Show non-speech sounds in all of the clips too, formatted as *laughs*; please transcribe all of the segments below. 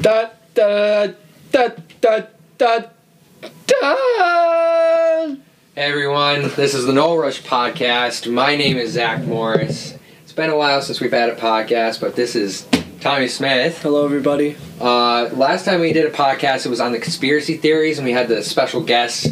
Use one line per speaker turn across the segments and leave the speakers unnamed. Da da da da da da.
Hey everyone, this is the No Rush Podcast. My name is Zach Morris. It's been a while since we've had a podcast, but this is Tommy Smith.
Hello, everybody.
Uh, last time we did a podcast, it was on the conspiracy theories, and we had the special guest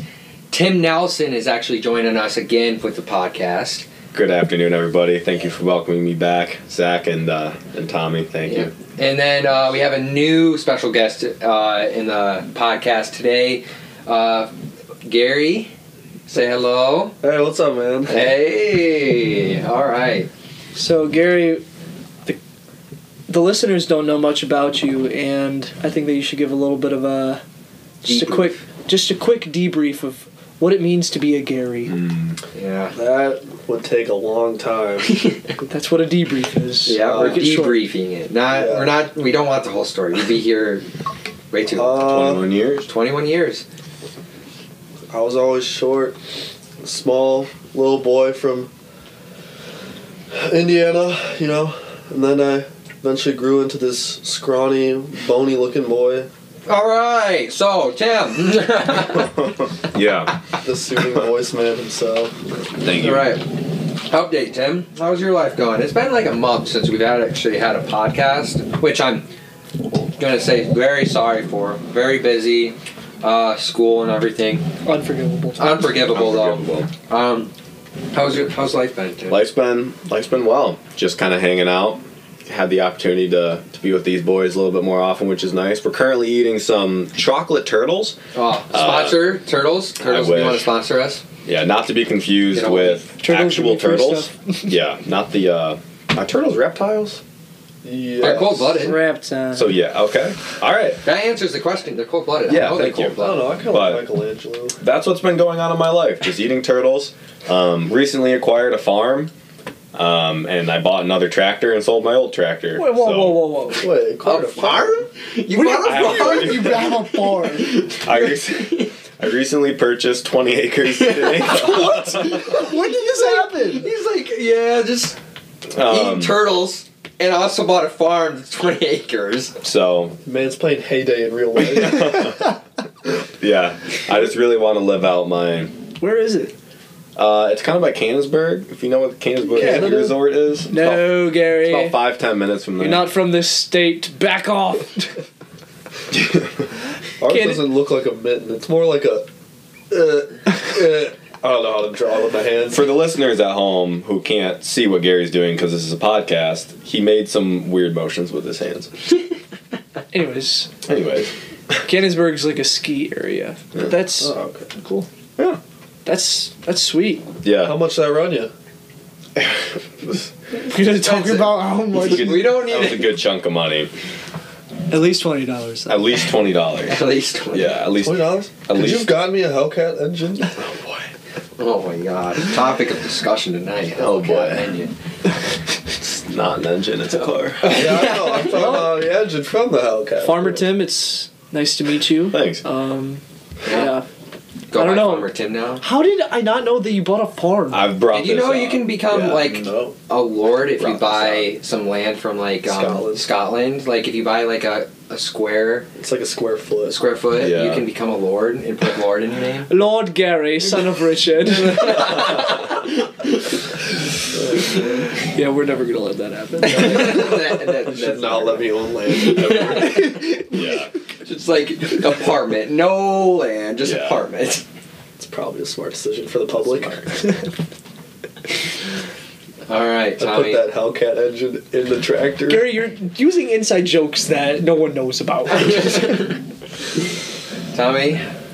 Tim Nelson is actually joining us again with the podcast.
Good afternoon, everybody. Thank you for welcoming me back, Zach and uh, and Tommy. Thank you.
And then uh, we have a new special guest uh, in the podcast today, uh, Gary. Say
*laughs*
hello.
Hey, what's up, man?
Hey. All right.
So, Gary, the, the listeners don't know much about you, and I think that you should give a little bit of a just
Debrief.
a quick just a quick debrief of what it means to be a Gary.
Hmm. Mm.
Yeah. *laughs*
That would take a long
*laughs*
time.
That's what a debrief is.
Yeah,
Uh,
we're
Make it short.
debriefing it. Not
Yeah.
we're not we don't want the whole story. We'd be here way too long.
Uh,
*laughs*
21 years.
Twenty one years.
I was always short, small little boy from Indiana, you know, and then I eventually grew into this scrawny, bony looking boy,
Alright, so Tim *laughs*
Yeah.
the
*laughs*
soothing voice man himself.
Thank you.
Alright. Update Tim. How's your life going? It's been like a month since we've had actually had a podcast, which I'm gonna say very sorry for. Very busy, uh, school and everything.
Unforgivable.
Unforgivable,
Unforgivable.
though. Um how's your how's life been, Tim?
Life's been life's been well. Just kind of hanging out. Had the opportunity to, to be with these boys a little bit more often, which is nice. We're currently eating some chocolate turtles.
oh, sponsor Turtles. Turtles, you
Uh, wish.
want to sponsor us?
Yeah, not to be confused
Get all
with
Turtles
actual
would be free
turtles. yeah, not the uh, are turtles reptiles.
Yes.
They're cold blooded.
Wrapped on.
So yeah, okay, all right.
That answers the question. They're cold blooded.
Yeah,
I know they're
thank you.
cold
I don't
blooded.
know, I kind of
But-
like Michelangelo.
that's what's been going on in my life just eating turtles um, recently acquired a farm um, and i bought another tractor and sold my old tractor
Wait, whoa,
So
whoa, whoa, whoa.
Wait, quite a
You bought a
I have a
farm?
farm.
You-
have a farm. *laughs*
I, rec- I recently purchased 20 acres
*laughs*
in Jamaica.
When did this happen?
He's like, yeah, just
*laughs* um,
eat turtles. And I also bought a farm that's 20 acres.
so
Man's playing Heyday in real
*laughs*
life.
yeah i just really want to live out my
Where is it?
uh, it's kind of by Cannesburg, if you know what the Cannesburg
Canada?
ski resort is. It's about,
No, Gary.
it's about five ten minutes from there.
You're not from this state. Back off. *laughs*
Ours
Kid-
doesn't look like a mitten. It's more like a. Uh,
*laughs*
uh, I don't know how to draw with my hands.
For the listeners at home who can't see what Gary's doing because this is a podcast, he made some weird motions with his hands.
Anyways,
Anyways,
Cannonsburg's like a ski area.
Yeah.
But that's
Oh, okay. Cool.
that's that's sweet. *laughs*
How
yeah.
much did I run you?
We're gonna talk
That's it.
about how much.
We don't
That was a
need
good chunk of money.
At least twenty dollars.
At least twenty dollars.
At least
Yeah, at least.
Twenty dollars?
At
Could
least.
you've gotten me a Hellcat engine?
Oh my god. Topic of discussion tonight.
Oh, boy.
Menu.
It's not an engine; it's a car.
yeah, I know. I'm talking about the engine from the Hellcat.
Farmer Tim, it's nice to meet you.
Thanks.
Um,
Yeah.
yeah.
Go
I don't
buy
know.
Farmer Tim now.
How did I not know that you bought a farm?
I've brought.
Did you
this
know you
up.
can become
Yeah.
like
No.
a lord if you
Brought
buy
this
some land from like um,
Scotland.
Scotland? Like if you buy like a, a square
It's like a square
a
foot.
square foot, you
Yeah.
can become a lord and put lord in your
*laughs*
name. *laughs*
Lord Gary, son of *laughs* Richard.
*laughs*
yeah, we're never gonna let that happen.
That- that-
You
that's
should not let me own land.
*laughs*
Yeah.
Just like apartment, no land, just
Yeah.
apartment.
it's probably a smart decision for the public. *laughs*
*laughs*
I
All right,
put
Tommy.
that Hellcat engine in the tractor.
Gary, you're using inside jokes that no one knows *laughs* about.
*laughs* Tommy,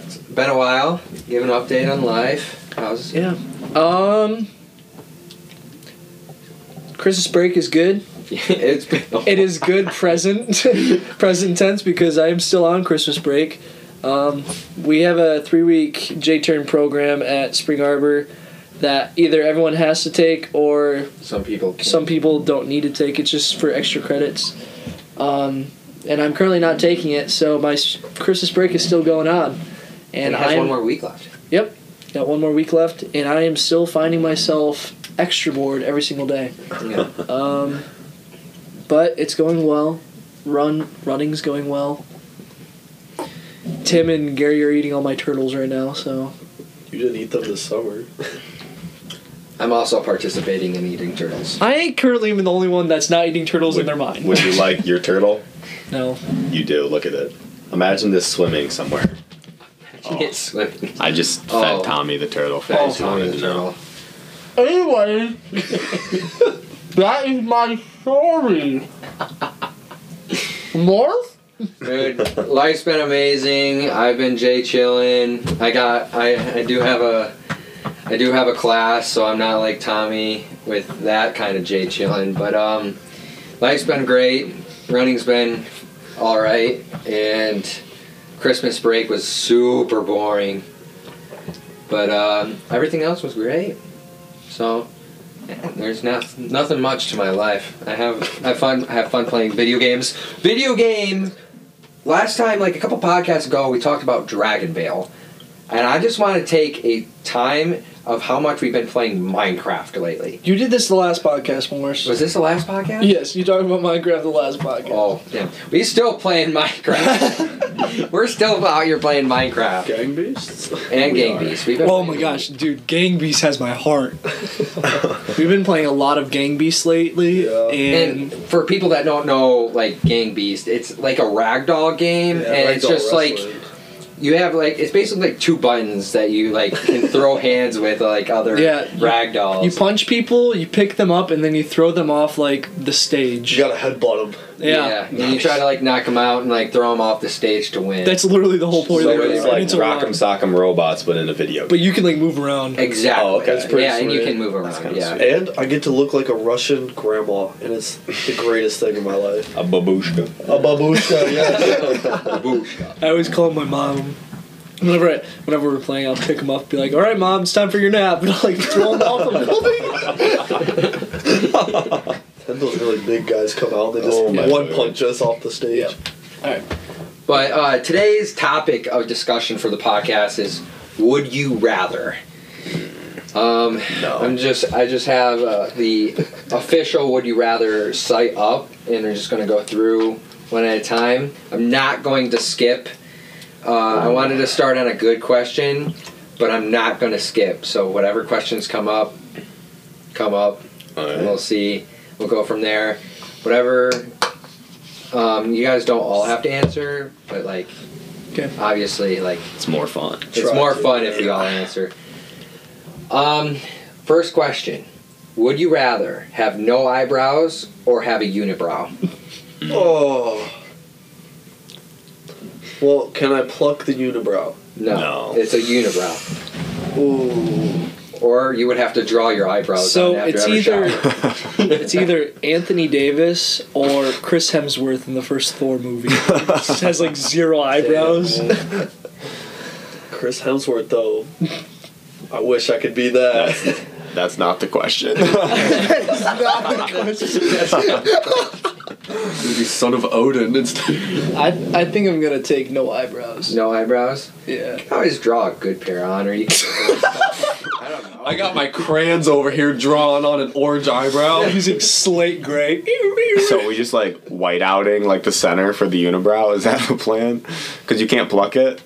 it's been a while. Give an update on life. How's
yeah. Um. Christmas break is good.
*laughs* it's been?
it is good present *laughs* present tense because I am still on Christmas break. Um, we have a three week J turn program at Spring Arbor that either everyone has to take or
Some people. Can.
some people don't need to take. It's just for extra credits. Um, and I'm currently not taking it, so my s- Christmas break is still going on. And
it has
I
one more week left.
yep got one more week left, and I am still finding myself extra bored every single day.
Yeah.
Um, but it's going well. Run running's going well. Tim and Gary are eating all my turtles right now, so
You didn't eat them this summer.
I'm also participating in eating turtles.
I currently am the only one that's not eating turtles in their mind.
Would you
*laughs*
like your turtle?
no.
You do. Look at it. Imagine this swimming somewhere. Oh.
It's swimming.
I just fed
Oh.
Tommy the turtle. For
Oh,
those who
Tommy
wanted
the
to know.
turtle.
Anyway, that is my story. More?
Dude, life's been amazing. I've been Jay chilling. I got I, I do have a I do have a class, so I'm not like Tommy with that kind of Jay chilling. But um, life's been great. Running's been all right, and Christmas break was super boring. But um, everything else was great. So there's not nothing much to my life. I have I have fun I have fun playing video games. Video game last time, like a couple podcasts ago, we talked about Dragon Bale, and I just want to take a time of how much we've been playing Minecraft lately.
You did this the last podcast, Morse.
Was this the last podcast?
Yes, you talked about Minecraft the last podcast.
Oh damn, we still playing
*laughs*
*laughs* Minecraft. We're still out here playing Minecraft
Gang beasts?
and
We
Gang
are.
Beasts. We've been
Oh my
playing-
gosh, dude, Gang Beast has my
*laughs*
heart. We've been playing a lot of Gang Beast lately,
Yeah.
And
and
for people that don't know, like Gang Beast, it's like a ragdoll game,
Yeah,
and it's
ragdoll
just like
wrestling.
you have like it's basically like two buttons that you like
*laughs*
can throw hands with like other
Yeah, you-
ragdolls.
you punch people, you pick them up, and then you throw them off like the stage.
You gotta headbutt them.
Yeah,
and you try to like knock them out and like throw them off the stage to win.
that's literally the whole point
So
of the
it's
game.
like
It's a lot.
Rock'em Sock'em Robots, but in a video.
but you can like move around.
exactly.
Oh, okay. That's
pretty
yeah, and you
sweet.
can move
That's
around.
kinda
Yeah.
sweet.
And I get to look like a Russian grandma, and it's the greatest thing in my life.
a babushka.
A babushka, yes.
I always call my mom. Whenever I, whenever we're playing, I'll pick them up, be like, "All right, mom, it's time for your nap," *laughs* and I'll like throw them off
*laughs*
the building.
and those really big guys come out, they just
Oh
one
my word.
punch us off the stage.
Yeah. All right,
But uh, today's topic of discussion for the podcast is would you rather? Um, I'm just I just have uh, the official would you rather site up, and we're just going to go through one at a time. I'm not going to skip. Uh, I wanted to start on a good question, but I'm not going to skip. So whatever questions come up, come up. And we'll see. We'll go from there. Whatever. Um, you guys don't all have to answer, but like,
Okay.
obviously, like
It's more fun.
it's
Try
more
to.
fun if we all answer. Um, first question: Would you rather have no eyebrows or have a unibrow?
Oh. Well, can I pluck the unibrow?
No,
No.
it's a unibrow.
Ooh.
Or you would have to draw your eyebrows.
so
on after
it's either
every shot.
it's either Anthony Davis or Chris Hemsworth in the first Thor
*laughs*
movie. Just has like zero eyebrows.
Chris Hemsworth, though. I wish I could be that.
That's not the question.
You'd be son of Odin instead.
I I think I'm gonna take no eyebrows.
no eyebrows.
Yeah.
You can always draw a good pair on, or you. Can, I don't know.
I got my crayons over here drawn on an orange
*laughs*
eyebrow.
Using slate gray.
so we just like white outing like the center for the unibrow. Is that the plan? Because you can't pluck it.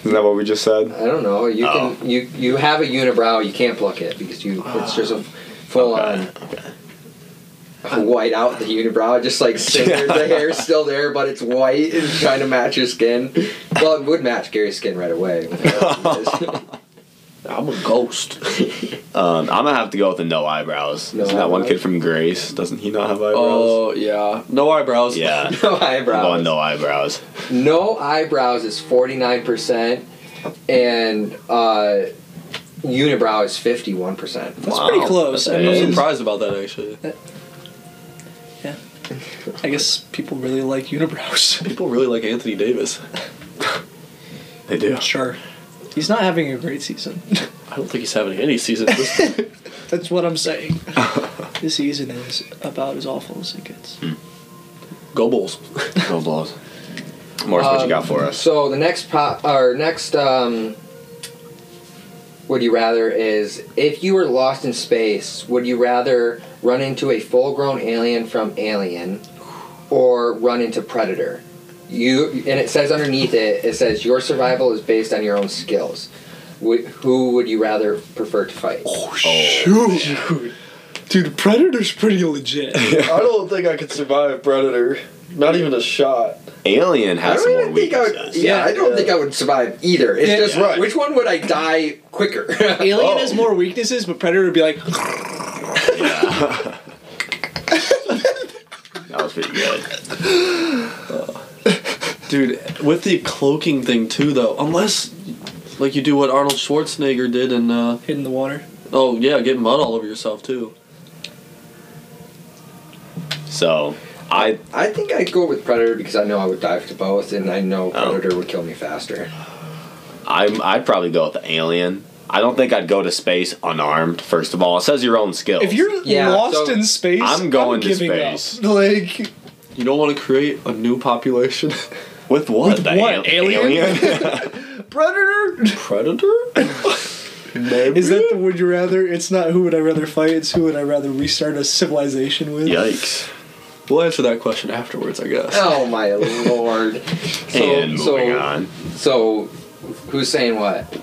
Isn't that what we just said?
I don't know. You
Oh.
can you you have a unibrow. You can't pluck it because you it's just a full
Okay.
on white out the unibrow. Just
*laughs*
like singers, the hair's still there, but it's white and trying to match your skin. Well, it would match Gary's skin right away.
*laughs*
*laughs*
I'm a ghost.
Um, I'm gonna have to go with the no eyebrows.
No
Isn't that one
eyebrows.
kid from Grace? Doesn't he not have eyebrows?
Oh, yeah. No eyebrows.
*laughs*
yeah.
no
I'm
eyebrows.
going no eyebrows.
No eyebrows is forty nine percent, and uh, unibrow is fifty one percent.
That's pretty close. I mean-
I'm surprised about that, actually.
I guess people really like unibrows.
People really like Anthony Davis.
they do.
Sure. He's not having a great season.
I don't think he's having any season. *laughs* This
That's what I'm
*laughs*
saying. this season is about as awful as it gets.
Go Bulls.
No blows. Morris, what you got for us?
So the next po- or next um, would you rather is if you were lost in space, would you rather run into a full-grown alien from Alien or run into predator. You and it says underneath it, it says your survival is based on your own skills. Wh- Who would you rather prefer to fight?
Oh,
Oh,
Shoot. Dude, Predator's pretty legit.
I don't think I could survive Predator. Not even a shot.
Alien
I don't
has some more
even think I would.
weaknesses.
Yeah, I don't
Yeah.
think I would survive either. It's
Yeah,
just
yeah.
which one would I die quicker? *laughs*
Alien
Oh.
has more weaknesses, but Predator would be like, *laughs*
That was pretty good.
Dude, with the cloaking thing too, though, unless like you do what Arnold Schwarzenegger did and uh,
hit in the water.
oh yeah, get mud all over yourself too.
So, I
I think I'd go with predator because I know I would die to both, and I know
Oh.
predator would kill me faster.
I'm I'd probably go with the alien. I don't think I'd go to space unarmed. First of all, it says your own skills.
If you're
Yeah,
lost
so-
in space,
Oh. I'm going to
giving
space.
Up. *laughs* Like,
You don't want to create a new population. *laughs*
with what? The
what?
al-
Alien? Predator?
Predator? *laughs* Maybe.
Is *laughs* that the would you rather? It's not who would I rather fight, it's who would I rather restart a civilization with.
Yikes!
we'll answer that question afterwards, I guess.
Oh
*laughs*
my lord! So,
and
so,
moving on.
So, who's saying what?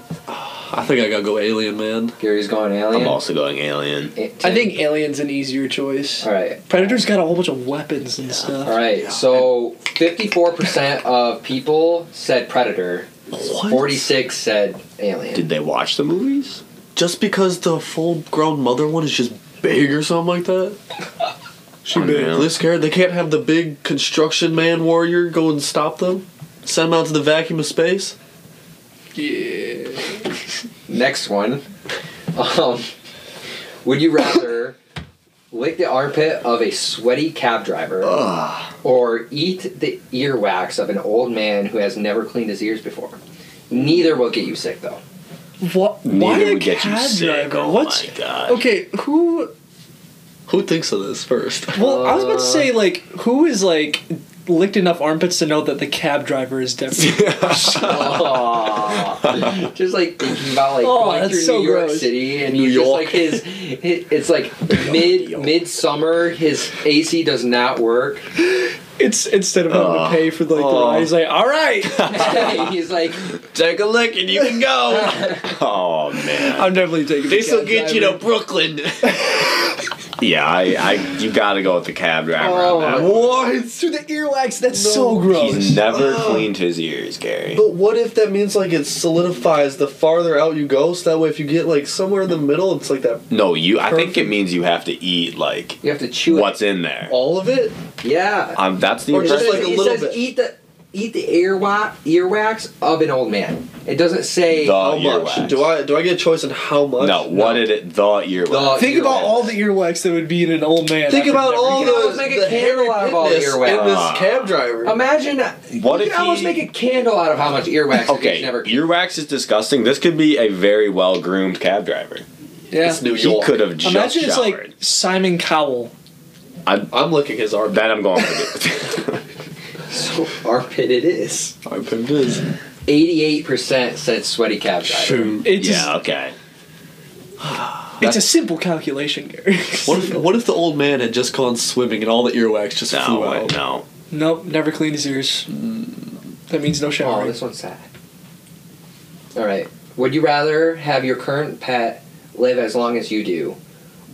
I think I gotta go Alien Man.
Gary's going alien.
I'm also going alien.
I
Eh, Tim?
think alien's an easier choice.
All right.
Predator's got a whole bunch of weapons and stuff.
All right. So, 54% of people said predator.
What?
46 said alien.
Did they watch the movies?
Just because the full-grown mother one is just big or something like that. She
Oh,
big.
no.
This character, they can't have the big construction man warrior go and stop them. Send them out to the vacuum of space.
Next one. Um, would you rather lick the armpit of a sweaty cab driver
Oh.
or eat the earwax of an old man who has never cleaned his ears before? Neither will get you sick,
*laughs*
though.
What? Why
Neither
a
would get you
cab
sick.
driver?
Oh
What's
my god!
okay? Who?
Who thinks of this first?
Well, I was about to
Uh.
say like who is like licked enough armpits to know that the cab driver is different.
Aw. just like thinking about like
Oh,
going
that's
through
so
New York
gross.
City and
New
he's
York.
just like his, hi- it's like
*laughs*
mid midsummer his AC does not
*laughs*
work. *laughs*
it's instead of having
Aw.
to pay for like the
Aw.
ride, he's like, all right,
*laughs* he's like
*laughs* Take a lick and you can
*laughs*
go. oh man!
I'm definitely taking. the cab driver.
Brooklyn. yeah, I, I, you gotta go with the cab driver on that.
Oh.
one.
What?
through the earwax. That's so gross.
He's never cleaned his ears, Gary.
*laughs* But what if that means like it solidifies the farther out you go? So that way, if you get like somewhere in the middle, it's like that
No, you. I think it means you have to eat like
you have to chew it.
what's in there.
all of it.
Yeah.
Um, that's the
Or just
impression.
like a
it
little
says
bit.
eat the eat the earwax earwax of an old man. It doesn't say
The
How much
earwax.
do I do I get a choice in how much?
Uh, No, what did it? The earwax.
Think about all the earwax that would be in an old man.
Think
I would
about
never
all
You
get-
can almost
those
make a
the
candle
hairy
out of all the
fitness
earwax.
in this
Ah.
cab driver.
Imagine
What
you
if
can almost
he-
make a candle out of how much
*laughs*
earwax
Okay,
he's never
earwax is disgusting. This could be a very well groomed cab driver.
Yeah.
New
He
York.
could have just
Imagine it's
showered.
like Simon Cowell.
I'm licking his arm.
that I'm going *laughs* for. it.
so armpit it is.
I picked his.
Eighty-eight percent said sweaty cab driver.
Shoot.
It's
yeah. Okay.
it's a simple calculation, Gary.
What if what if the old man had just gone swimming and all the earwax just
No.
flew
I-
out?
No.
*laughs* Nope, never cleaned his ears. That means no
Oh,
showering.
this one's sad. All right. Would you rather have your current pet live as long as you do,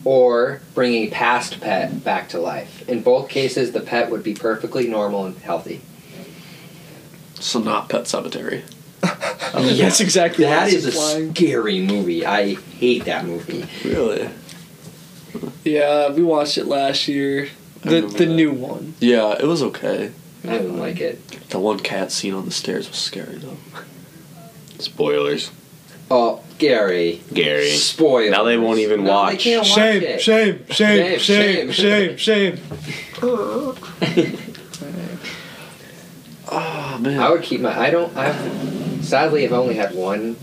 or bring a past pet back to life? In both cases, the pet would be perfectly normal and healthy.
So not Pet Cemetery.
*laughs* That's exactly
That
what
is
it's
a
implying.
scary movie. I hate that movie.
Really?
Yeah, we watched it last year.
I
The
remember
the
that.
new one.
Yeah, it was okay.
I didn't like it.
The one cat scene on the stairs was scary though.
Spoilers,
Oh, Gary.
Gary.
Spoilers.
Now they won't even
No,
watch.
They can't watch it.
shame,
Shame, shame, shame.
shame.
Ah,
Oh man.
*laughs* I would keep my. I don't. I've sadly I've only had one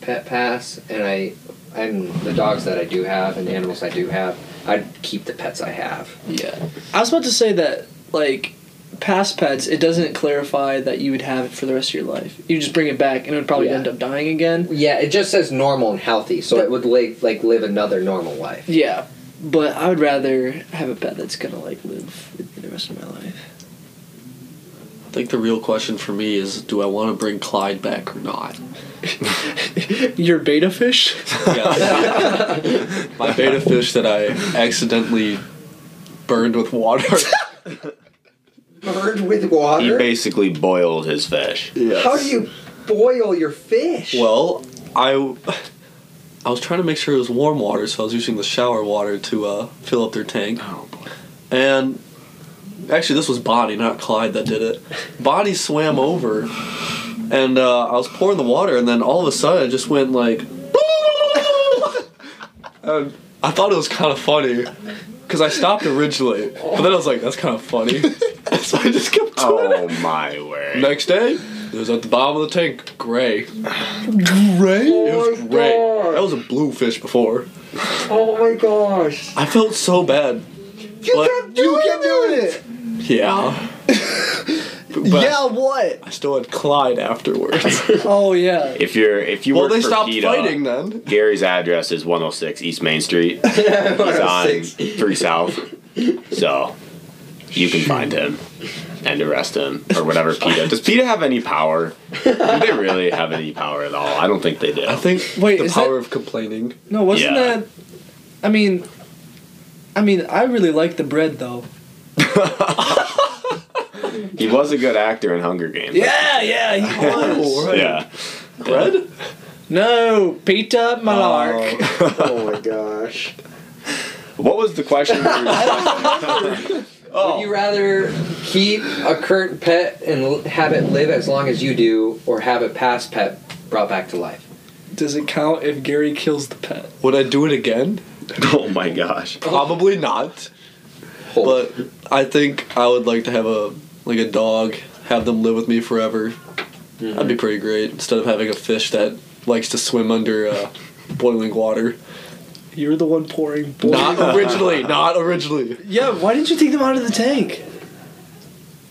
pet pass, and I and the dogs that I do have and the animals I do have, I'd keep the pets I have.
Yeah. I was about to say that like past pets, it doesn't clarify that you would have it for the rest of your life. You just bring it back and it would probably
Yeah.
end up dying again.
Yeah, it just says normal and healthy, so it would like like live another normal life. *laughs*
Yeah. But I would rather have a pet that's gonna like live with me the rest of my life.
think the real question for me is, do I want to bring Clyde back or not?
*laughs* Your beta fish?
*laughs* My beta fish that I accidentally burned with water.
Burned with
He
water?
basically boiled his
*laughs*
fish.
*laughs* yes.
How do you boil your fish?
Well, I I was trying to make sure it was warm water, so I was using the shower water to uh, fill up their tank.
Oh, boy.
And actually, this was Bonnie, not Clyde, that did it. Bonnie swam over, and uh, I was pouring the water, and then all of a sudden, it just went like. *laughs* and I thought it was kind of funny. Because I stopped originally, but then I was like, "That's kind of funny," *laughs* so I just kept doing it.
Oh my word.
Next day, it was at the bottom of the tank, gray. Gray? It was
Oh my
gray.
God.
That was a blue fish before.
oh my gosh.
I felt so bad.
You
What?
kept doing it!
Yeah. but
yeah, what?
I still had Clyde afterwards.
Oh, yeah.
If you're if you
well,
work
they
for
stopped
PETA,
fighting then.
Gary's address is 106 East Main
*laughs*
Street. He's
oh
on 3 South. So you can find him and arrest him or whatever PETA. Does PETA have any power? Do they really have any power at all? I don't think they do.
I think
Wait,
the
is
power of complaining.
No, wasn't
Yeah.
that. I mean. I mean, I really like the bread, though.
*laughs* He was a good actor in Hunger Games.
Yeah, yeah, he
Oh, right.
Yeah.
Red? Uh,
no, Pita Malark.
Oh my gosh.
What was the question? we
*laughs*
were-
Oh.
Would you rather keep a current pet and l- have it live as long as you do, or have a past pet brought back to life?
Does it count if Gary kills the pet?
Would I do it again?
*laughs* oh my gosh.
Probably not.
Hold.
But I think I would like to have a like a dog, have them live with me forever. That'd
Mm-hmm.
be pretty great. Instead of having a fish that likes to swim under uh, boiling water.
You're the one pouring. Boy. *laughs*
Not originally. Not originally.
Yeah, why didn't you take them out of the tank?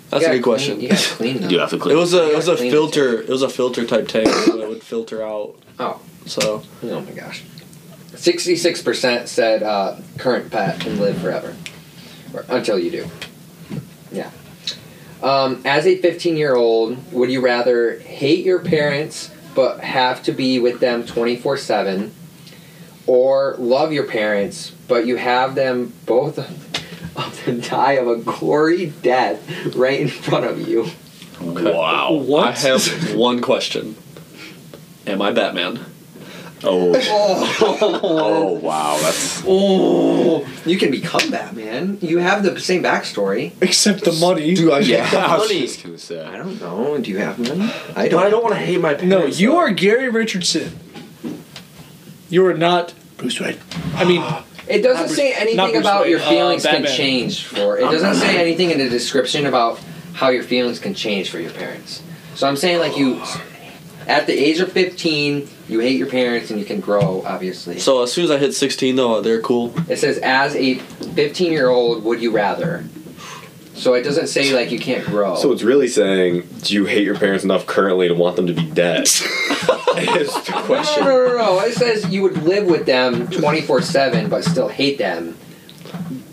That's
You
a
gotta
good question.
Clean, you gotta
*laughs*
clean
You
them.
do have to
*laughs* It
click.
was a it was a
Clean it.
filter it was a filter type tank so it would filter out.
Oh.
So
Oh my gosh. 66% said uh, current pet and live forever. Or, until you do. Yeah. Um, as a 15 year old, would you rather hate your parents but have to be with them 24 7? Or love your parents but you have them both *laughs* of them die of a gory death right in front of you?
Wow.
I have one question. Am I Batman? *laughs*
Oh.
Oh. *laughs*
oh wow. That's
Oh, you can become Batman. You have the same backstory.
Except the money.
I
yeah. I was
money.
just gonna say.
I don't know. Do you have money? I
But
don't.
I don't want to hate my
No,
parents.
you are Gary Richardson. You are not Bruce Wayne. I mean,
Ah.
*laughs*
It doesn't say
not
anything
Bruce
about
Wayne,
your
uh,
feelings can
Batman.
change for. It doesn't say anything in the description about how your feelings can change for your parents. So I'm saying like you, at the age of 15, you hate your parents and you can grow. Obviously,
So as soon as I hit 16 though, they're cool.
it says as a 15 year old, would you rather? So it doesn't say like you can't grow.
So it's really saying, do you hate your parents enough currently to want them to be dead?
*laughs*
is the
No, no,
question.
no, no, no. It says you would live with them 24 7, but still hate them.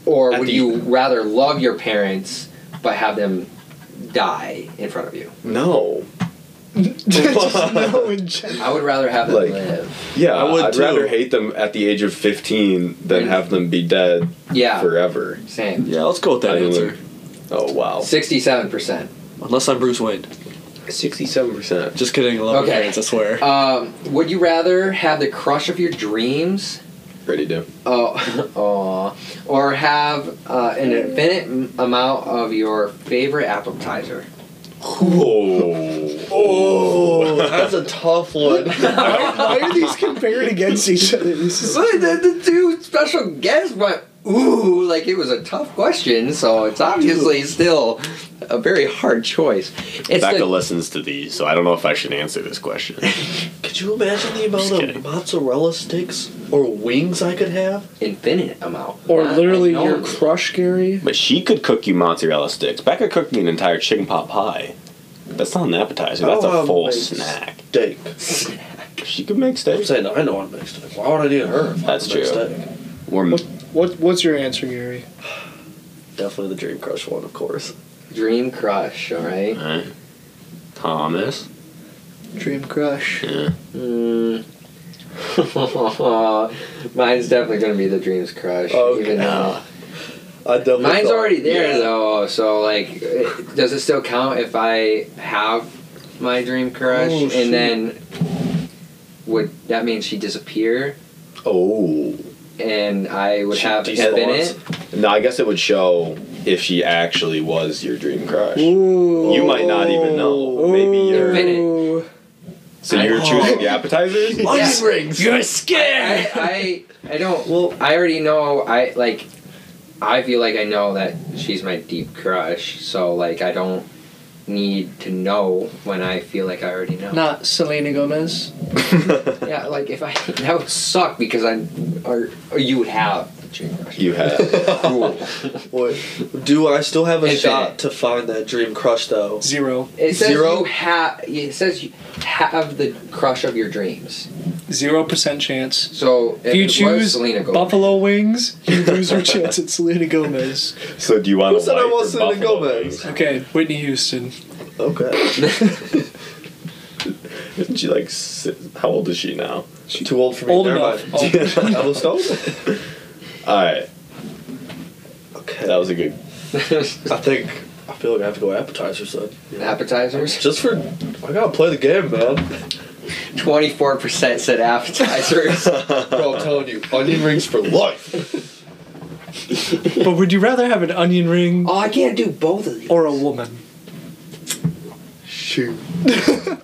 Or
At
would
the-
you rather love your parents, but have them die in front of you?
No.
just no
*laughs*
in general.
I would rather have them
Like-
live.
Yeah,
I would
I'd
too. Mm.
rather hate them at the age of 15 than have them be dead
Yeah,
forever.
same.
Yeah, let's go with that
I mean,
answer.
Oh, wow.
67%.
Unless I'm Bruce Wayne.
67%.
Just kidding, I love my
Okay.
parents, I swear.
Um, would you rather have the crush of your dreams?
Pretty damn.
Oh, *laughs* aw, or have uh, an infinite m- amount of your favorite appetizer.
Oh. *laughs*
Oh, that's a tough one.
Why, why are these compared against each other? This is
So the, the two special guests went, ooh, like it was a tough question, so it's obviously still a very hard choice. It's
Becca
the-
listens to these, so I don't know if I should answer this question.
*laughs* Could you imagine the
Just
amount
kidding.
of mozzarella sticks or wings I could have?
infinite amount.
or
Not
literally
unknown.
your crush, Gary.
but she could cook you mozzarella sticks. Becca cooked me an entire chicken pot pie. That's not an appetizer, that's
Oh,
a full
my-
snack.
Steak.
She could make steaks.
saying I know I'm mixed up. Why would I need her? if I
That's
could make
true.
steak?
Or
What what's your answer, Gary?
Definitely the dream crush one, of course.
Dream crush, all right?
Alright. Thomas.
Dream crush.
Yeah.
Mm. *laughs* Mine's definitely going to be the dream's crush.
Okay.
Even
*laughs*
now.
I definitely
Mine's
thought-
already there,
Yeah.
though, so, like, it- does it still count if I have my dream crush?
Oh,
and
shoot.
then would that mean she disappear
Oh.
and I would have
She
Ev in
disappears.
it?
No, I guess it would show if she actually was your dream crush.
Ooh.
You might not even know. Maybe you're.
Ooh.
So you're choosing the
*laughs*
appetizers?
Ice
rings.
You're scared.
*laughs* I, I I don't.
Well-
Well, I already know. I like. I feel like I know that she's my deep crush. So like, I don't need to know when I feel like I already know.
Not Selena Gomez.
Yeah, like if I *laughs* that would suck because I or, or you would have the dream crush.
*laughs* you have.
Cool.
Wait, do I still have a
Infinite.
shot to find that dream crush though? *laughs*
Zero.
It says
Zero?
you have. It says you have the crush of your dreams.
Zero percent chance.
So if,
If you
it was
choose
Selena Gomez,
Buffalo wings, you lose your chance at Selena Gomez.
So do you want
Who
to
said I
wipe or
wasn't a
buffalo
Gomez?
Okay, Whitney Houston.
Okay.
wings? She like, si- how old is she now?
Too old for me.
Old
Never
enough.
mind.
Oh,
*laughs* I was told.
All right,
Okay.
that was a good.
I think I feel like I have to go appetizers
*laughs*
then.
appetizers.
Just for I gotta play the game, man.
Twenty four percent said appetizers.
Bro, I'm telling you, onion rings for life.
but would you rather have an onion ring
oh, I can't do both of these.
or a woman?
Shoot.
I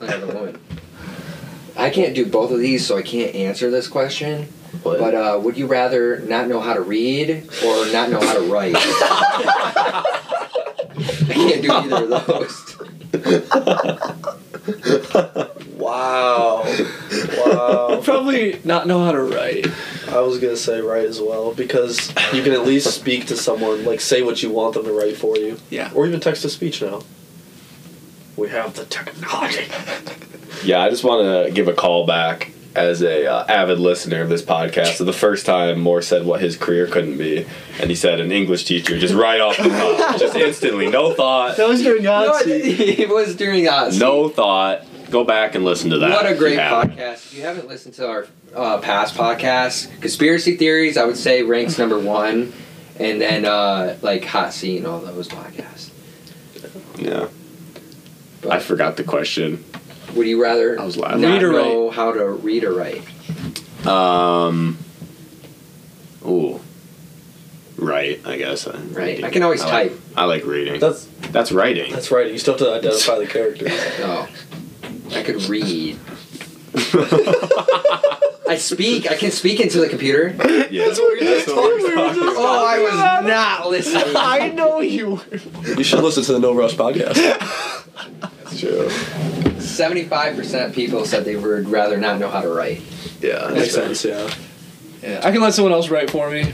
have a woman. I can't do both of these, so I can't answer this question. But uh, would you rather not know how to read or not know how to *laughs* write? I can't do either of *laughs* those.
Wow. Wow.
*laughs* Probably not know how to write.
I was gonna say right as well because you can at least speak to someone, like say what you want them to write for you,
Yeah.
or even text to speech now. We have the
*laughs*
technology.
Yeah, I just want to give a call back as a uh, avid listener of this podcast. So the first time Moore said what his career couldn't be, and he said an English teacher just right
*laughs*
off the top, just instantly, no thought,
was during
No, *laughs* it was during us.
no thought. Go back and listen to that.
What a
if
great
you haven't.
podcast. If you haven't listened to our uh, past podcasts, Conspiracy Theories, I would say ranks number one. And then, uh, like, Hot Seat and all those podcasts.
Yeah,
But
I forgot the question.
would you rather
I was
not
laughing.
Read or
know how to read or write?
Um. Ooh. Right, I guess. Right,
Right. I can always
like-
type.
I like reading.
That's
That's
*laughs*
writing.
that's right. You still have to identify the characters.
No. I could read. I speak. I can speak into the computer.
*laughs* yeah. That's what we're talking about.
Oh, I was not listening.
I know you.
You should listen to the No Rush
*laughs*
podcast.
True.
Seventy-five percent people said they would rather not know how to write.
Yeah.
Makes
that's right.
sense, yeah.
Yeah, I can let someone else write for me,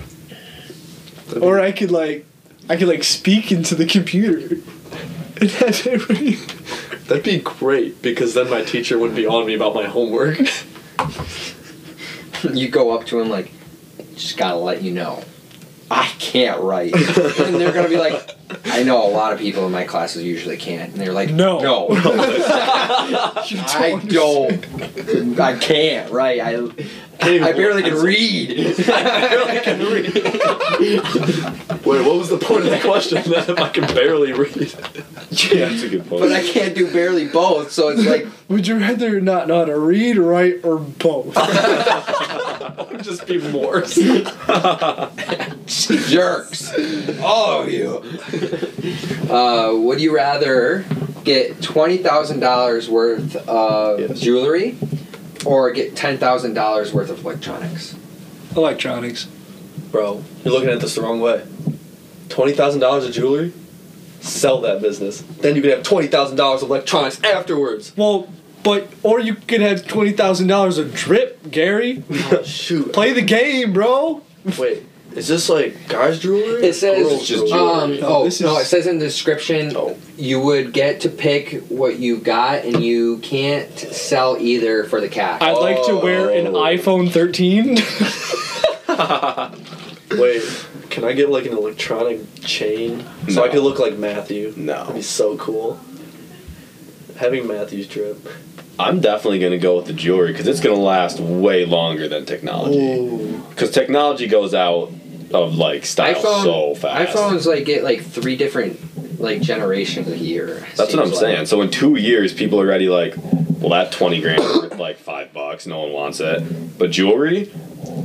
or I could like, I could like speak into the computer. *laughs* And have it read.
That'd be great because then my teacher would be on me about
*laughs*
my homework.
You go up to him like, just gotta let you know, I can't write, and they're gonna be like, I know a lot of people in my classes usually can't, and they're like,
No.
no, *laughs* I don't, I can't write. I, I barely can read. *laughs*
Wait, what was the point of the question *laughs* then if I can barely read? *laughs*
*laughs* Yeah, that's a good point.
but I can't do barely both, so it's like
Would you rather not know how to read, write, or both? *laughs*
Just be more.
jerks. All of you. Uh, would you rather get twenty thousand dollars worth of
Yes.
jewelry, or get ten thousand dollars worth of electronics?
Electronics.
Bro, you're looking at this the wrong way. Twenty thousand dollars of jewelry? Sell that business. Then you can have twenty thousand dollars of electronics *laughs* afterwards.
Well, but or you could have twenty thousand dollars of drip, Gary.
Oh, Shoot.
Play the game, bro.
*laughs* Wait, is this like guys jewelry?
It says
Girls
just
jewelry?
Um,
No,
oh
this
no!
is-
It says in the description
Oh.
you would get to pick what you got, and you can't sell either for the cash.
I'd like to wear an iPhone 13.
Um, Wait, Can I get like an electronic chain so I
No.
could look like Matthew? That'd
No.
be so cool. Having Matthew's drip.
I'm definitely going to go with the jewelry because it's going to last way longer than technology.
Ooh.
Because technology goes out of like style
iPhone,
so fast.
iPhones like get like three different like generations a year. it
That's what I'm
seems like.
saying. So in two years, people are already like, well, that 20 grand worth like five bucks. No one wants it. But jewelry,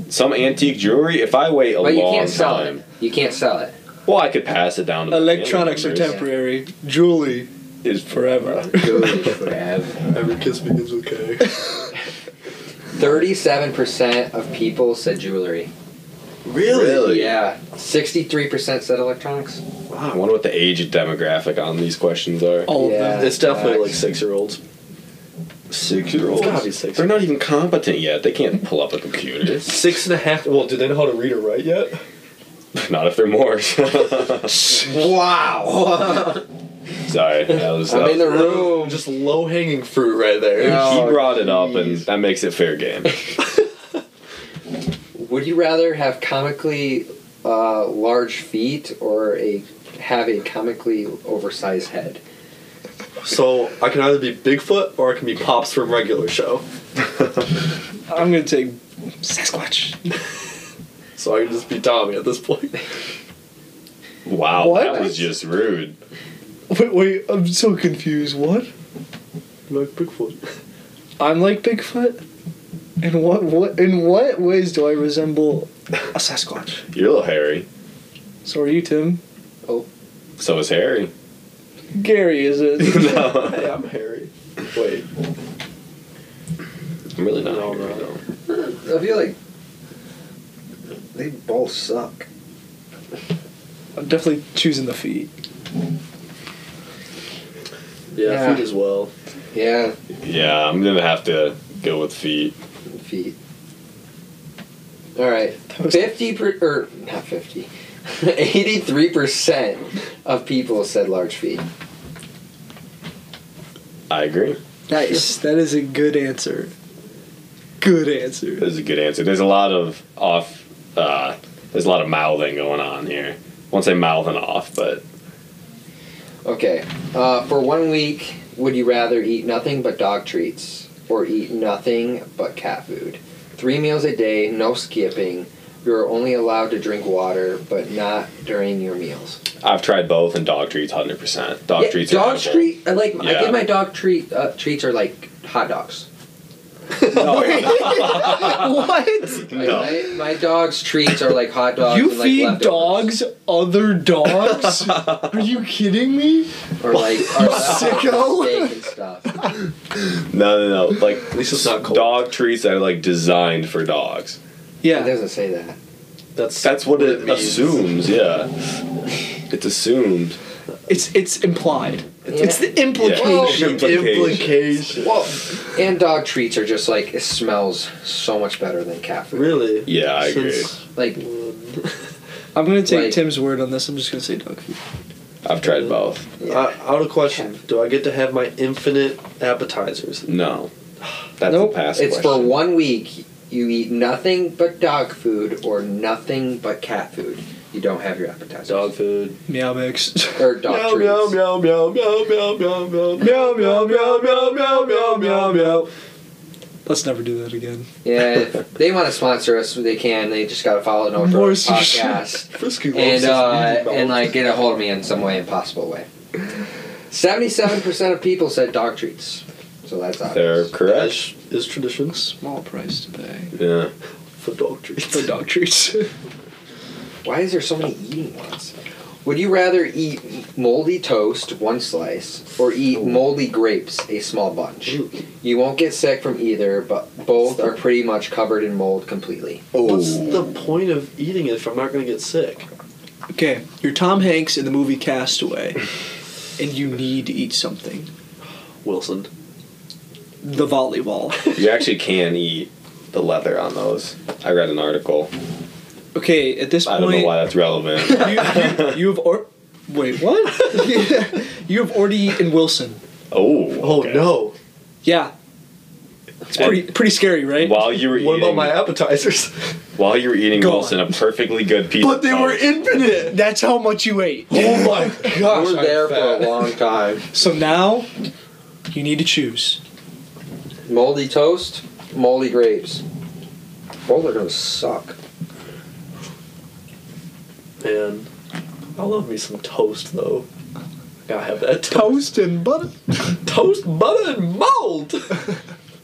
some antique jewelry, if I wait a
But you
long
can't sell
time,
it. You can't sell it.
well, I could pass it down to my family
*laughs* Electronics are
members.
temporary. Jewelry
Is
forever.
Every kiss begins with K.
Thirty-seven percent of people said jewelry.
Really?
Yeah. Sixty-three percent said electronics.
Wow, I wonder what the age demographic on these questions are.
All
Yeah.
of them.
Oh, It's definitely like
Facts.
six year olds.
Six year olds.
It's gotta be six.
They're not even competent yet. They can't pull up a computer. *laughs*
Six and a half. Well, do they know how to read or write yet?
not if they're *laughs* Moors.
*laughs*
*laughs*
Wow.
Sorry, that was.
I'm in the room.
Just low hanging fruit right there.
Yeah.
he
Oh,
brought it up, and
jeez.
that makes it fair
*laughs*
game.
Would you rather have comically uh, large feet or a have a comically oversized head?
So I can either be Bigfoot or I can be Pops from regular show.
I'm gonna take Sasquatch.
So I can just be Tommy at this point.
Wow, that
What?
was just rude.
Wait, wait, I'm so confused. What?
like Bigfoot.
*laughs* I'm like Bigfoot. In what what in what ways do I resemble a Sasquatch?
You're a little hairy.
So are you, Tim?
So is
*laughs*
Harry.
Gary, is it?
*laughs* no,
Hey, I'm Harry. Wait.
I'm really not.
No,
hairy,
no.
though.
I feel like they both suck.
I'm definitely choosing the feet.
Yeah,
Yeah.
feet as well.
Yeah,
Yeah, I'm gonna have to go with feet.
feet. All right, fifty per, or not fifty. *laughs* Eighty-three percent of people said large feet.
I agree.
Nice. That is a good answer. Good
*laughs*
answer.
This is a good answer. There's a lot of off. Uh, there's a lot of mouthing going on here. I won't say mouthing off, but
Okay, uh, for one week, would you rather eat nothing but dog treats or eat nothing but cat food? Three meals a day, no skipping. You're only allowed to drink water, but not during your meals.
I've tried both, and dog treats, hundred percent. Dog
Yeah,
treats.
Dog
are edible.
treat. I like. I
Yeah.
give my dog treat. Uh, treats are like hot dogs. *laughs*
what?
My-
No.
My, my dog's treats are like hot dogs.
You
and, like,
feed
leftovers.
dogs other
*laughs*
dogs? are you kidding me? *laughs*
or like or
Sicko.
steak and stuff.
No, no, no. Like
least it's not cold.
dog treats that are like designed for dogs.
It
Yeah.
doesn't say that.
That's
That's what, it,
means.
assumes. Yeah, it's assumed.
It's it's implied.
Yeah.
It's the
Yeah.
implication.
The implication.
Well, and dog treats are just like it smells so much better than cat food.
Really?
Yeah, I agree.
Like
I'm gonna take
Like-
Tim's word on this. I'm just gonna say dog feet.
I've tried both.
Yeah.
I, I have a uh, question. Do I get to have my infinite appetizers?
No, that's
Nope.
a pass
It's for
question.
one week. You eat nothing but dog food or nothing but cat food. You don't have your appetizers.
Dog food.
Meow mix. *laughs*
or dog treats.
meow meow meow meow meow meow
Meow, meow, meow, meow, meow, meow, meow, meow. Let's never do that again.
Yeah, if they want to sponsor us, they can. They just gotta follow No
More
Drug
sushi.
podcast
Frisky
and uh, and like get a hold of me in some way, impossible way. Seventy-seven percent of people said dog treats, so that's
They're
obvious.
correct.
is traditions
Small price to pay
Yeah.
for dog treats.
for dog treats.
Why is there so many eating ones? Would you rather eat moldy toast, one slice, or eat moldy grapes, a small bunch? You won't get sick from either, but both are pretty much covered in mold completely.
What's the point of eating it if I'm not gonna get sick?
*laughs* okay, you're Tom Hanks in the movie Castaway, and you need to eat something.
Wilson.
The
*laughs*
volleyball.
You actually can eat the leather on those. I read an article.
Okay, at this
I
point,
don't know why that's
*laughs*
relevant.
you, you, you have or wait *laughs* what? you have already eaten Wilson.
Oh.
Oh
okay.
no.
Yeah, It's pretty pretty scary, right?
While you were
What
eating,
about my *laughs* appetizers?
while you were eating
Go
Wilson, a perfectly good piece.
But they
of-
were infinite.
*laughs* That's how much you ate.
Oh my
We
gosh!
were
I'm
there for a
fat.
long time.
So now you need to choose.
Moldy toast, moldy grapes. Both are gonna suck.
Man, I love me some toast though. Gotta have that toast,
Toast and butter.
*laughs* toast butter, and mold.
If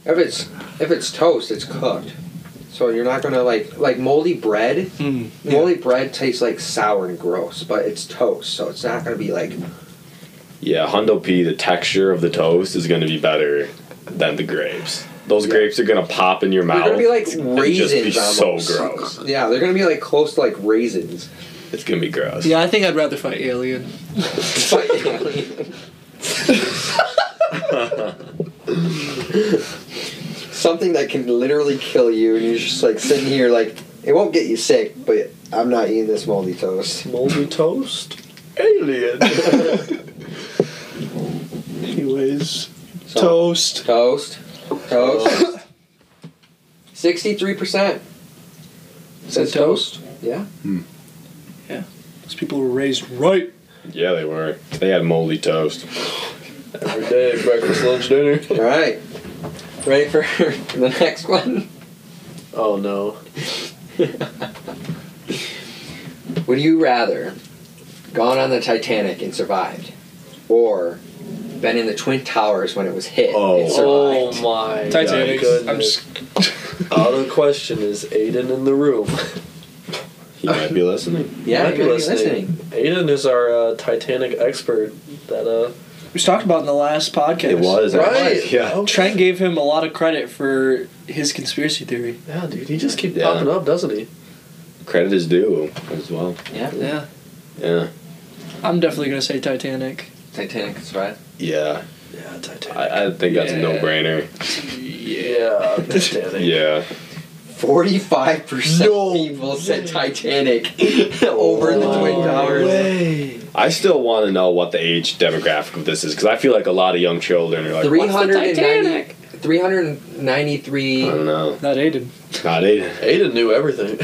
it's if it's toast, it's cooked. So you're not gonna like like moldy bread.
Mm,
Moldy bread tastes like sour and gross, but it's toast, so it's not gonna be like
Yeah, Hundo P, the texture of the toast is going to be better than the grapes. Those grapes are going to pop in your
they're
mouth.
gonna be like
and just be
raisins. almost.
so gross.
Yeah, they're gonna be like close to like
*laughs*
raisins.
It's going to be gross.
Yeah, I think I'd rather fight Alien.
Something that can literally kill you, and you're just like sitting here, like it won't get you sick, but I'm not eating this moldy toast.
Moldy toast, *laughs* alien.
Anyways,
So-
toast.
Toast. Toast. Sixty-three percent.
Said toast.
Yeah.
Those people were raised right.
Yeah, they were. They had moldy toast.
Every day, breakfast, lunch, dinner.
All right. Ready for *laughs* the next one?
Oh no.
Would you rather gone on the Titanic and survived, or been in the Twin Towers when it was hit
Oh.
and survived?
my
Titanic.
goodness.
I'm just,
*laughs* Out of the question is Aiden in the room.
He might be listening.
*laughs*
Yeah,
Might
you
be
might be listening.
listening. Aiden is our uh, Titanic expert. That uh,
we talked about in the last podcast.
It was.
Right.
actually. Yeah.
Trent gave him a lot of credit for his conspiracy theory.
yeah, dude, he just keeps
Yeah.
popping up, doesn't he?
Credit is due as well.
Yeah,
Yeah.
I'm definitely gonna say Titanic.
Titanic is right.
Yeah.
Yeah, Titanic.
I, I think that's
Yeah.
a no brainer.
*laughs* yeah, Titanic.
Yeah.
Forty-five percent of people said Titanic *laughs* over in the Twin Towers.
Oh, Way.
I still want to know what the age demographic of this is because I feel like a lot of young children are like,
Three hundred and ninety. Three hundred and ninety-three.
I don't know.
Not Aiden.
Not eight.
Aiden knew everything.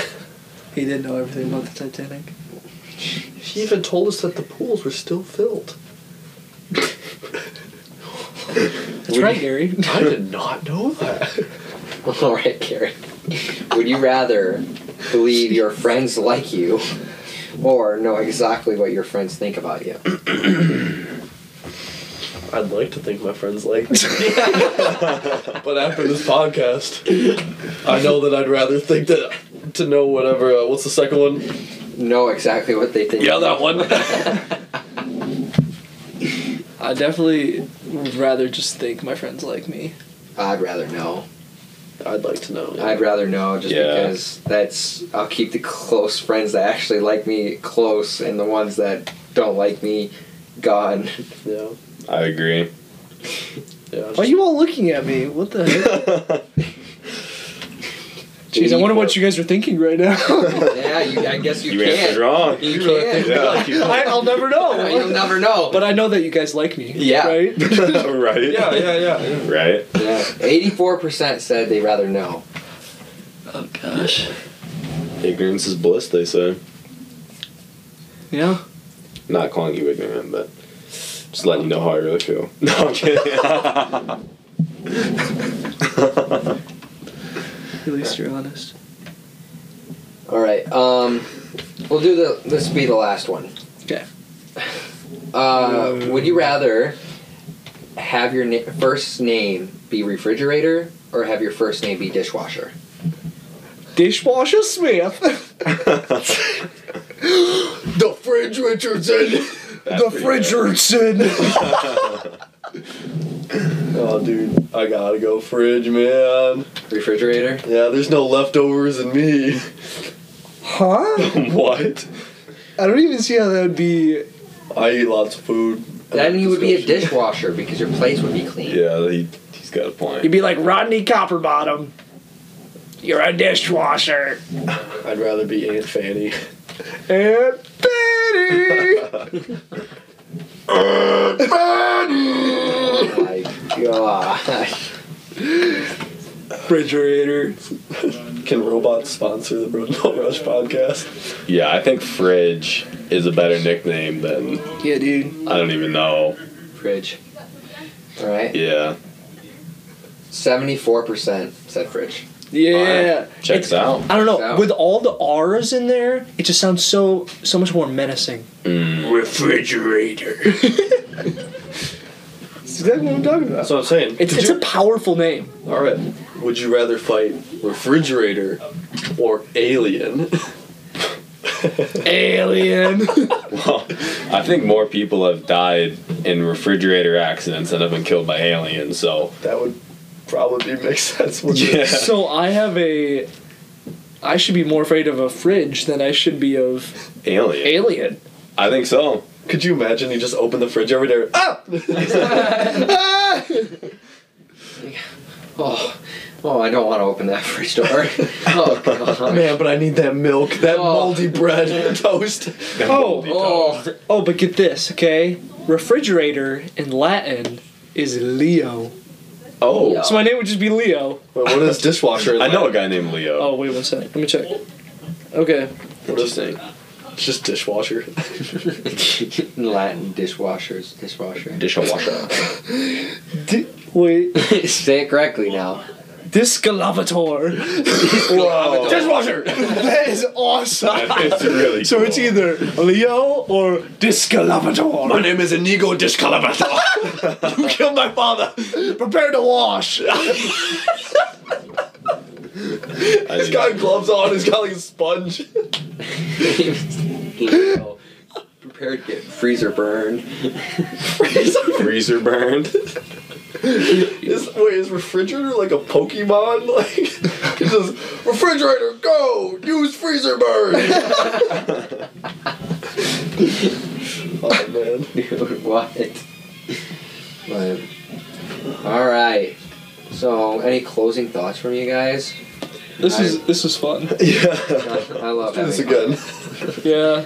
He didn't know everything about the Titanic.
*laughs* He even told us that the pools were still filled.
That's right,
*laughs*
Gary.
I did not know *laughs* that.
All right, Gary. Would you rather believe your friends like you or know exactly what your friends think about you?
I'd like to think my friends like me. but after this podcast, I know that I'd rather think that to know whatever. Uh, what's the second one?
Know exactly what they think.
that one.
I definitely would rather just think my friends like me.
*laughs* I'd rather know.
*laughs* I'd like to know.
I'd rather know just
Yeah.
because that's I'll keep the close friends that actually like me close and the ones that don't like me gone.
yeah.
I agree. *laughs*
Yeah.
Why are you all looking at me? What the heck? *laughs* Jeez, I wonder what you guys are thinking right now.
*laughs*
*laughs*
Yeah, you, I guess you,
You
can't.
answered wrong.
You can't.
Yeah.
I, *laughs* I'll never
*laughs* You'll
know.
never know.
But I know that you guys like me.
Yeah.
Right? *laughs*
right.
*laughs* yeah, yeah, yeah, yeah.
Right.
yeah. 84% said they'd rather know.
Oh, gosh.
Ignorance is bliss, they say.
Yeah.
Not calling you ignorant, but just letting you know how I really feel. *laughs* No, I'm kidding.
At least you're honest.
All right. Um, we'll do the. This will be the last one.
Okay.
Uh, would you rather have your na- first name be refrigerator or have your first name be dishwasher?
Dishwasher Smith. *laughs*
The fridge Richardson.
That's pretty
Richardson.
Oh, dude, I gotta go fridge, man.
Refrigerator.
Yeah, there's no leftovers in me. *laughs*
Huh?
good. what?
I don't even see how that would be.
I eat lots of food.
Then you would be a dishwasher because your place would be clean.
Yeah, he, he's got a
You'd
point.
be like Rodney Copperbottom. You're a dishwasher.
I'd rather be Aunt Fanny.
And Betty.
Oh my gosh.
refrigerator.
*laughs* Can robots sponsor the Bruno Rush podcast?
Yeah, I think fridge is a better nickname than
Yeah, dude.
I don't even know.
Fridge. All right.
Yeah,
Seventy-four percent said fridge.
*laughs* Yeah.
checks
It's-
out.
I don't know.
Sound.
With all the R's in there, it just sounds so so much more *laughs* menacing.
Mm.
Refrigerator.
That's exactly what I'm talking about.
That's what I'm saying.
It's, it's a powerful name.
All right. Would you rather fight refrigerator or alien? *laughs*
*laughs* Alien.
*laughs* Well, I think more people have died in refrigerator accidents than have been killed by aliens. So
That would probably make sense. With
yeah,
so I have a. I should be more afraid of a fridge than I should be of
alien.
alien.
I think so. *laughs*
Could you imagine? You just open the fridge every day. Ah!
Oh, oh, I don't want to open that fridge *laughs* door. oh god.
Man, but I need that milk, that
Oh.
moldy bread and toast.
Oh.
Oh,
Oh, but get this, okay? Refrigerator in Latin is Leo.
Oh,
Yeah.
So my name would just be Leo.
Wait, what is dishwasher?
I
like?
know a guy named Leo.
Oh, wait one sec. Let me check. Okay.
Interesting.
It's just dishwasher.
Latin dishwashers, dishwasher.
Dishwasher.
D- wait.
*laughs* Say it correctly now.
Discalabator.
Oh.
Whoa.
Dishwasher!
*laughs*
that is awesome.
it's really.
So it's either Leo or Discalabator.
My name is
*laughs*
Inigo Dishcalabator. you killed my father.
Prepare to wash.
I
He's
think-
got gloves on. He's got like a sponge.
*laughs* Prepared to get freezer burn.
freezer burned.
Is, wait, is refrigerator like a Pokemon? *laughs* Like, it says, refrigerator, go! Use
*laughs*
freezer burn! oh,
*laughs*
man.
Dude, *laughs* what? But, all right. So, any closing thoughts from you guys?
This is this was fun.
Yeah.
I, I love
Do this
having-
again.
Yeah.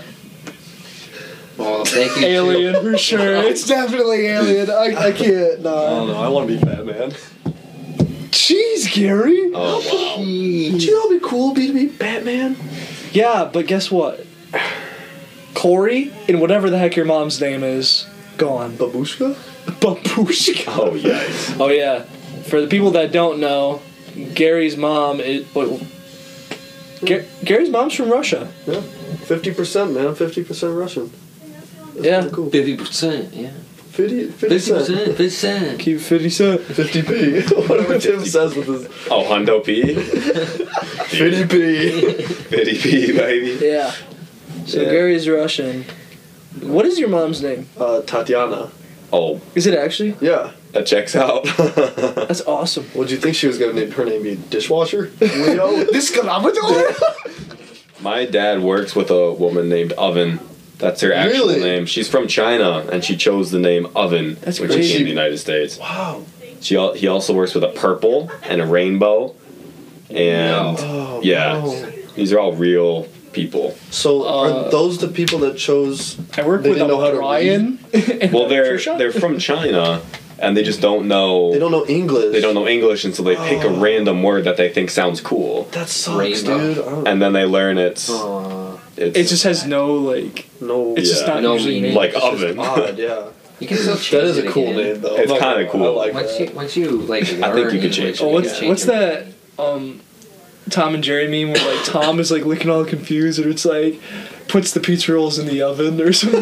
Well, thank you.
Alien for sure. It's definitely alien. I, I can't.
I
Nah.
Oh,
don't know, I want to be Batman.
Jeez, Gary.
Oh wow.
Do you know it'd be cool be to be Batman?
Yeah, but guess what? Corey and whatever the heck your mom's name is, gone.
Babushka?
Babushka.
Oh yikes.
Oh yeah. For the people that don't know, Gary's mom is. Wait, Ga- Gary's mom's from Russia.
50%, man. 50% Russian. That's
Yeah.
kinda Cool.
Fifty percent, yeah.
50, 50 cent.
fifty percent.
Keep fifty cent.
50p. *laughs* Whatever Tim says with his
*laughs* Oh Hundo P.
50p.
Bitty P baby.
Yeah. So
Yeah.
Gary's Russian. What is your mom's name?
Uh, Tatiana.
Oh,
Is it actually?
Yeah.
that checks out. *laughs*
That's awesome.
Would you think she was gonna name her name be dishwasher? Leo?
*laughs*
This Galavador?
My dad works with a woman named Oven. That's her actual
Really?
name. She's from China, and she chose the name Oven,
That's
which
crazy.
is in the United States.
wow.
She al- he also works with a purple and a rainbow, and
Oh,
yeah,
no.
these are all real people.
So
Uh,
are those the people that chose?
*laughs* I work
They
with a
didn't know how to
Brian. *laughs*
Well, they're
Trisha?
they're from China, and they just don't
They
know
don't know English.
they don't know English, and so they pick a
Oh.
random word that they think sounds cool,
That sucks,
Rainbow.
dude. I don't
and then they learn it's
Oh.
Aw.
it's,
It just has no like.
know.
It's just
Yeah.
not
No
usually
meaning.
named.
like
It's just
Oven.
odd, yeah.
You can still change
that is
it
a cool
again.
name, though.
It's
I'm not
kinda
gonna lie,
cool.
I like
Once
that.
you, once you like learn
I think you
English,
could change it.
Oh,
you can
what's
change
what's
it.
that? Um, Tom and Jerry meme where like Tom is like looking all confused, or it's like puts the pizza rolls in the oven or something.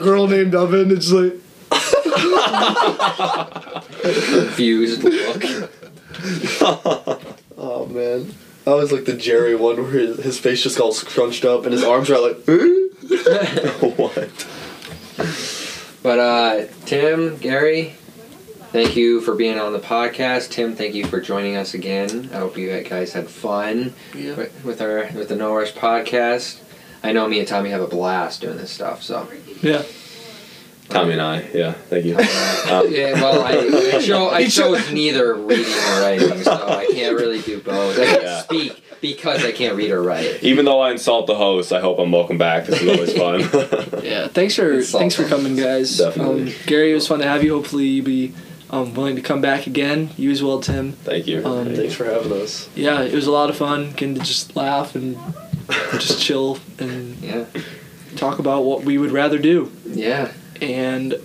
Girl named Oven. It's like
confused look?
Oh man. I always like the Jerry one where his, his face just all scrunched up and his arms are like,
*laughs* what?
But uh, Tim, Gary, thank you for being on the podcast. Tim, thank you for joining us again. I hope you guys had fun with, with our with the No Rush podcast. I know me and Tommy have a blast doing this stuff. So
yeah.
*laughs* Tommy and I, yeah, thank
*laughs*
you. Um,
*laughs* yeah, well,
*laughs*
I, I, show, I chose neither reading or writing, so I can't really do both. I can't
*laughs* Yeah.
speak because I can't read or
*laughs*
write.
Even though I insult the host, I hope I'm welcome back. This is always fun.
*laughs* Yeah, thanks for
It's all
thanks for
fun.
coming, guys.
Definitely.
Um, Gary, it was fun to have you. Hopefully, you be I'm willing to come back again. You as well, Tim.
Thank you.
Um,
Thanks for having us.
yeah, it was a lot of fun. Getting to just laugh and just chill and
Yeah.
talk about what we would rather do.
Yeah.
And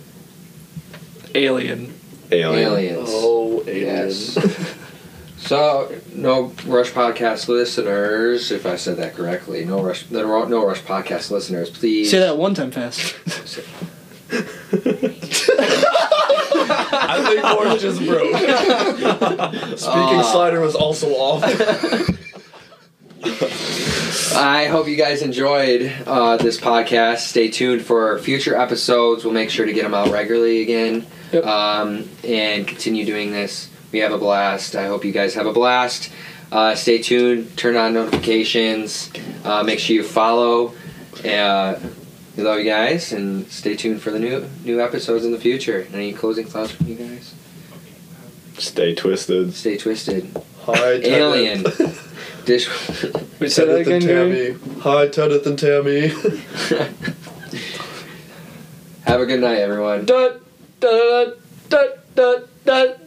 Alien.
Alien.
Aliens.
Oh,
Yes.
*laughs* aliens.
So, no Rush podcast listeners, if I said that correctly, no Rush, the Ru- no Rush podcast listeners, please.
Say that one time fast.
I think orange is broke. Speaking slider was also off.
I hope you guys enjoyed uh, this podcast. Stay tuned for future episodes. We'll make sure to get them out regularly again
Yep.
um, and continue doing this. We have a blast. I hope you guys have a blast. Uh, stay tuned. Turn on notifications. Uh, make sure you follow. Uh, we love you guys, and stay tuned for the new new episodes in the future. Any closing thoughts from you guys?
Stay twisted.
Stay twisted.
Hi, *laughs* Tedith.
Alien. Dish. *laughs*
Wait, say that
Tedith
again,
and
Gary.
Tammy. Hi, Tedith and Tammy. *laughs*
have a good night, everyone.
Dut, dut, dut, dut, dut.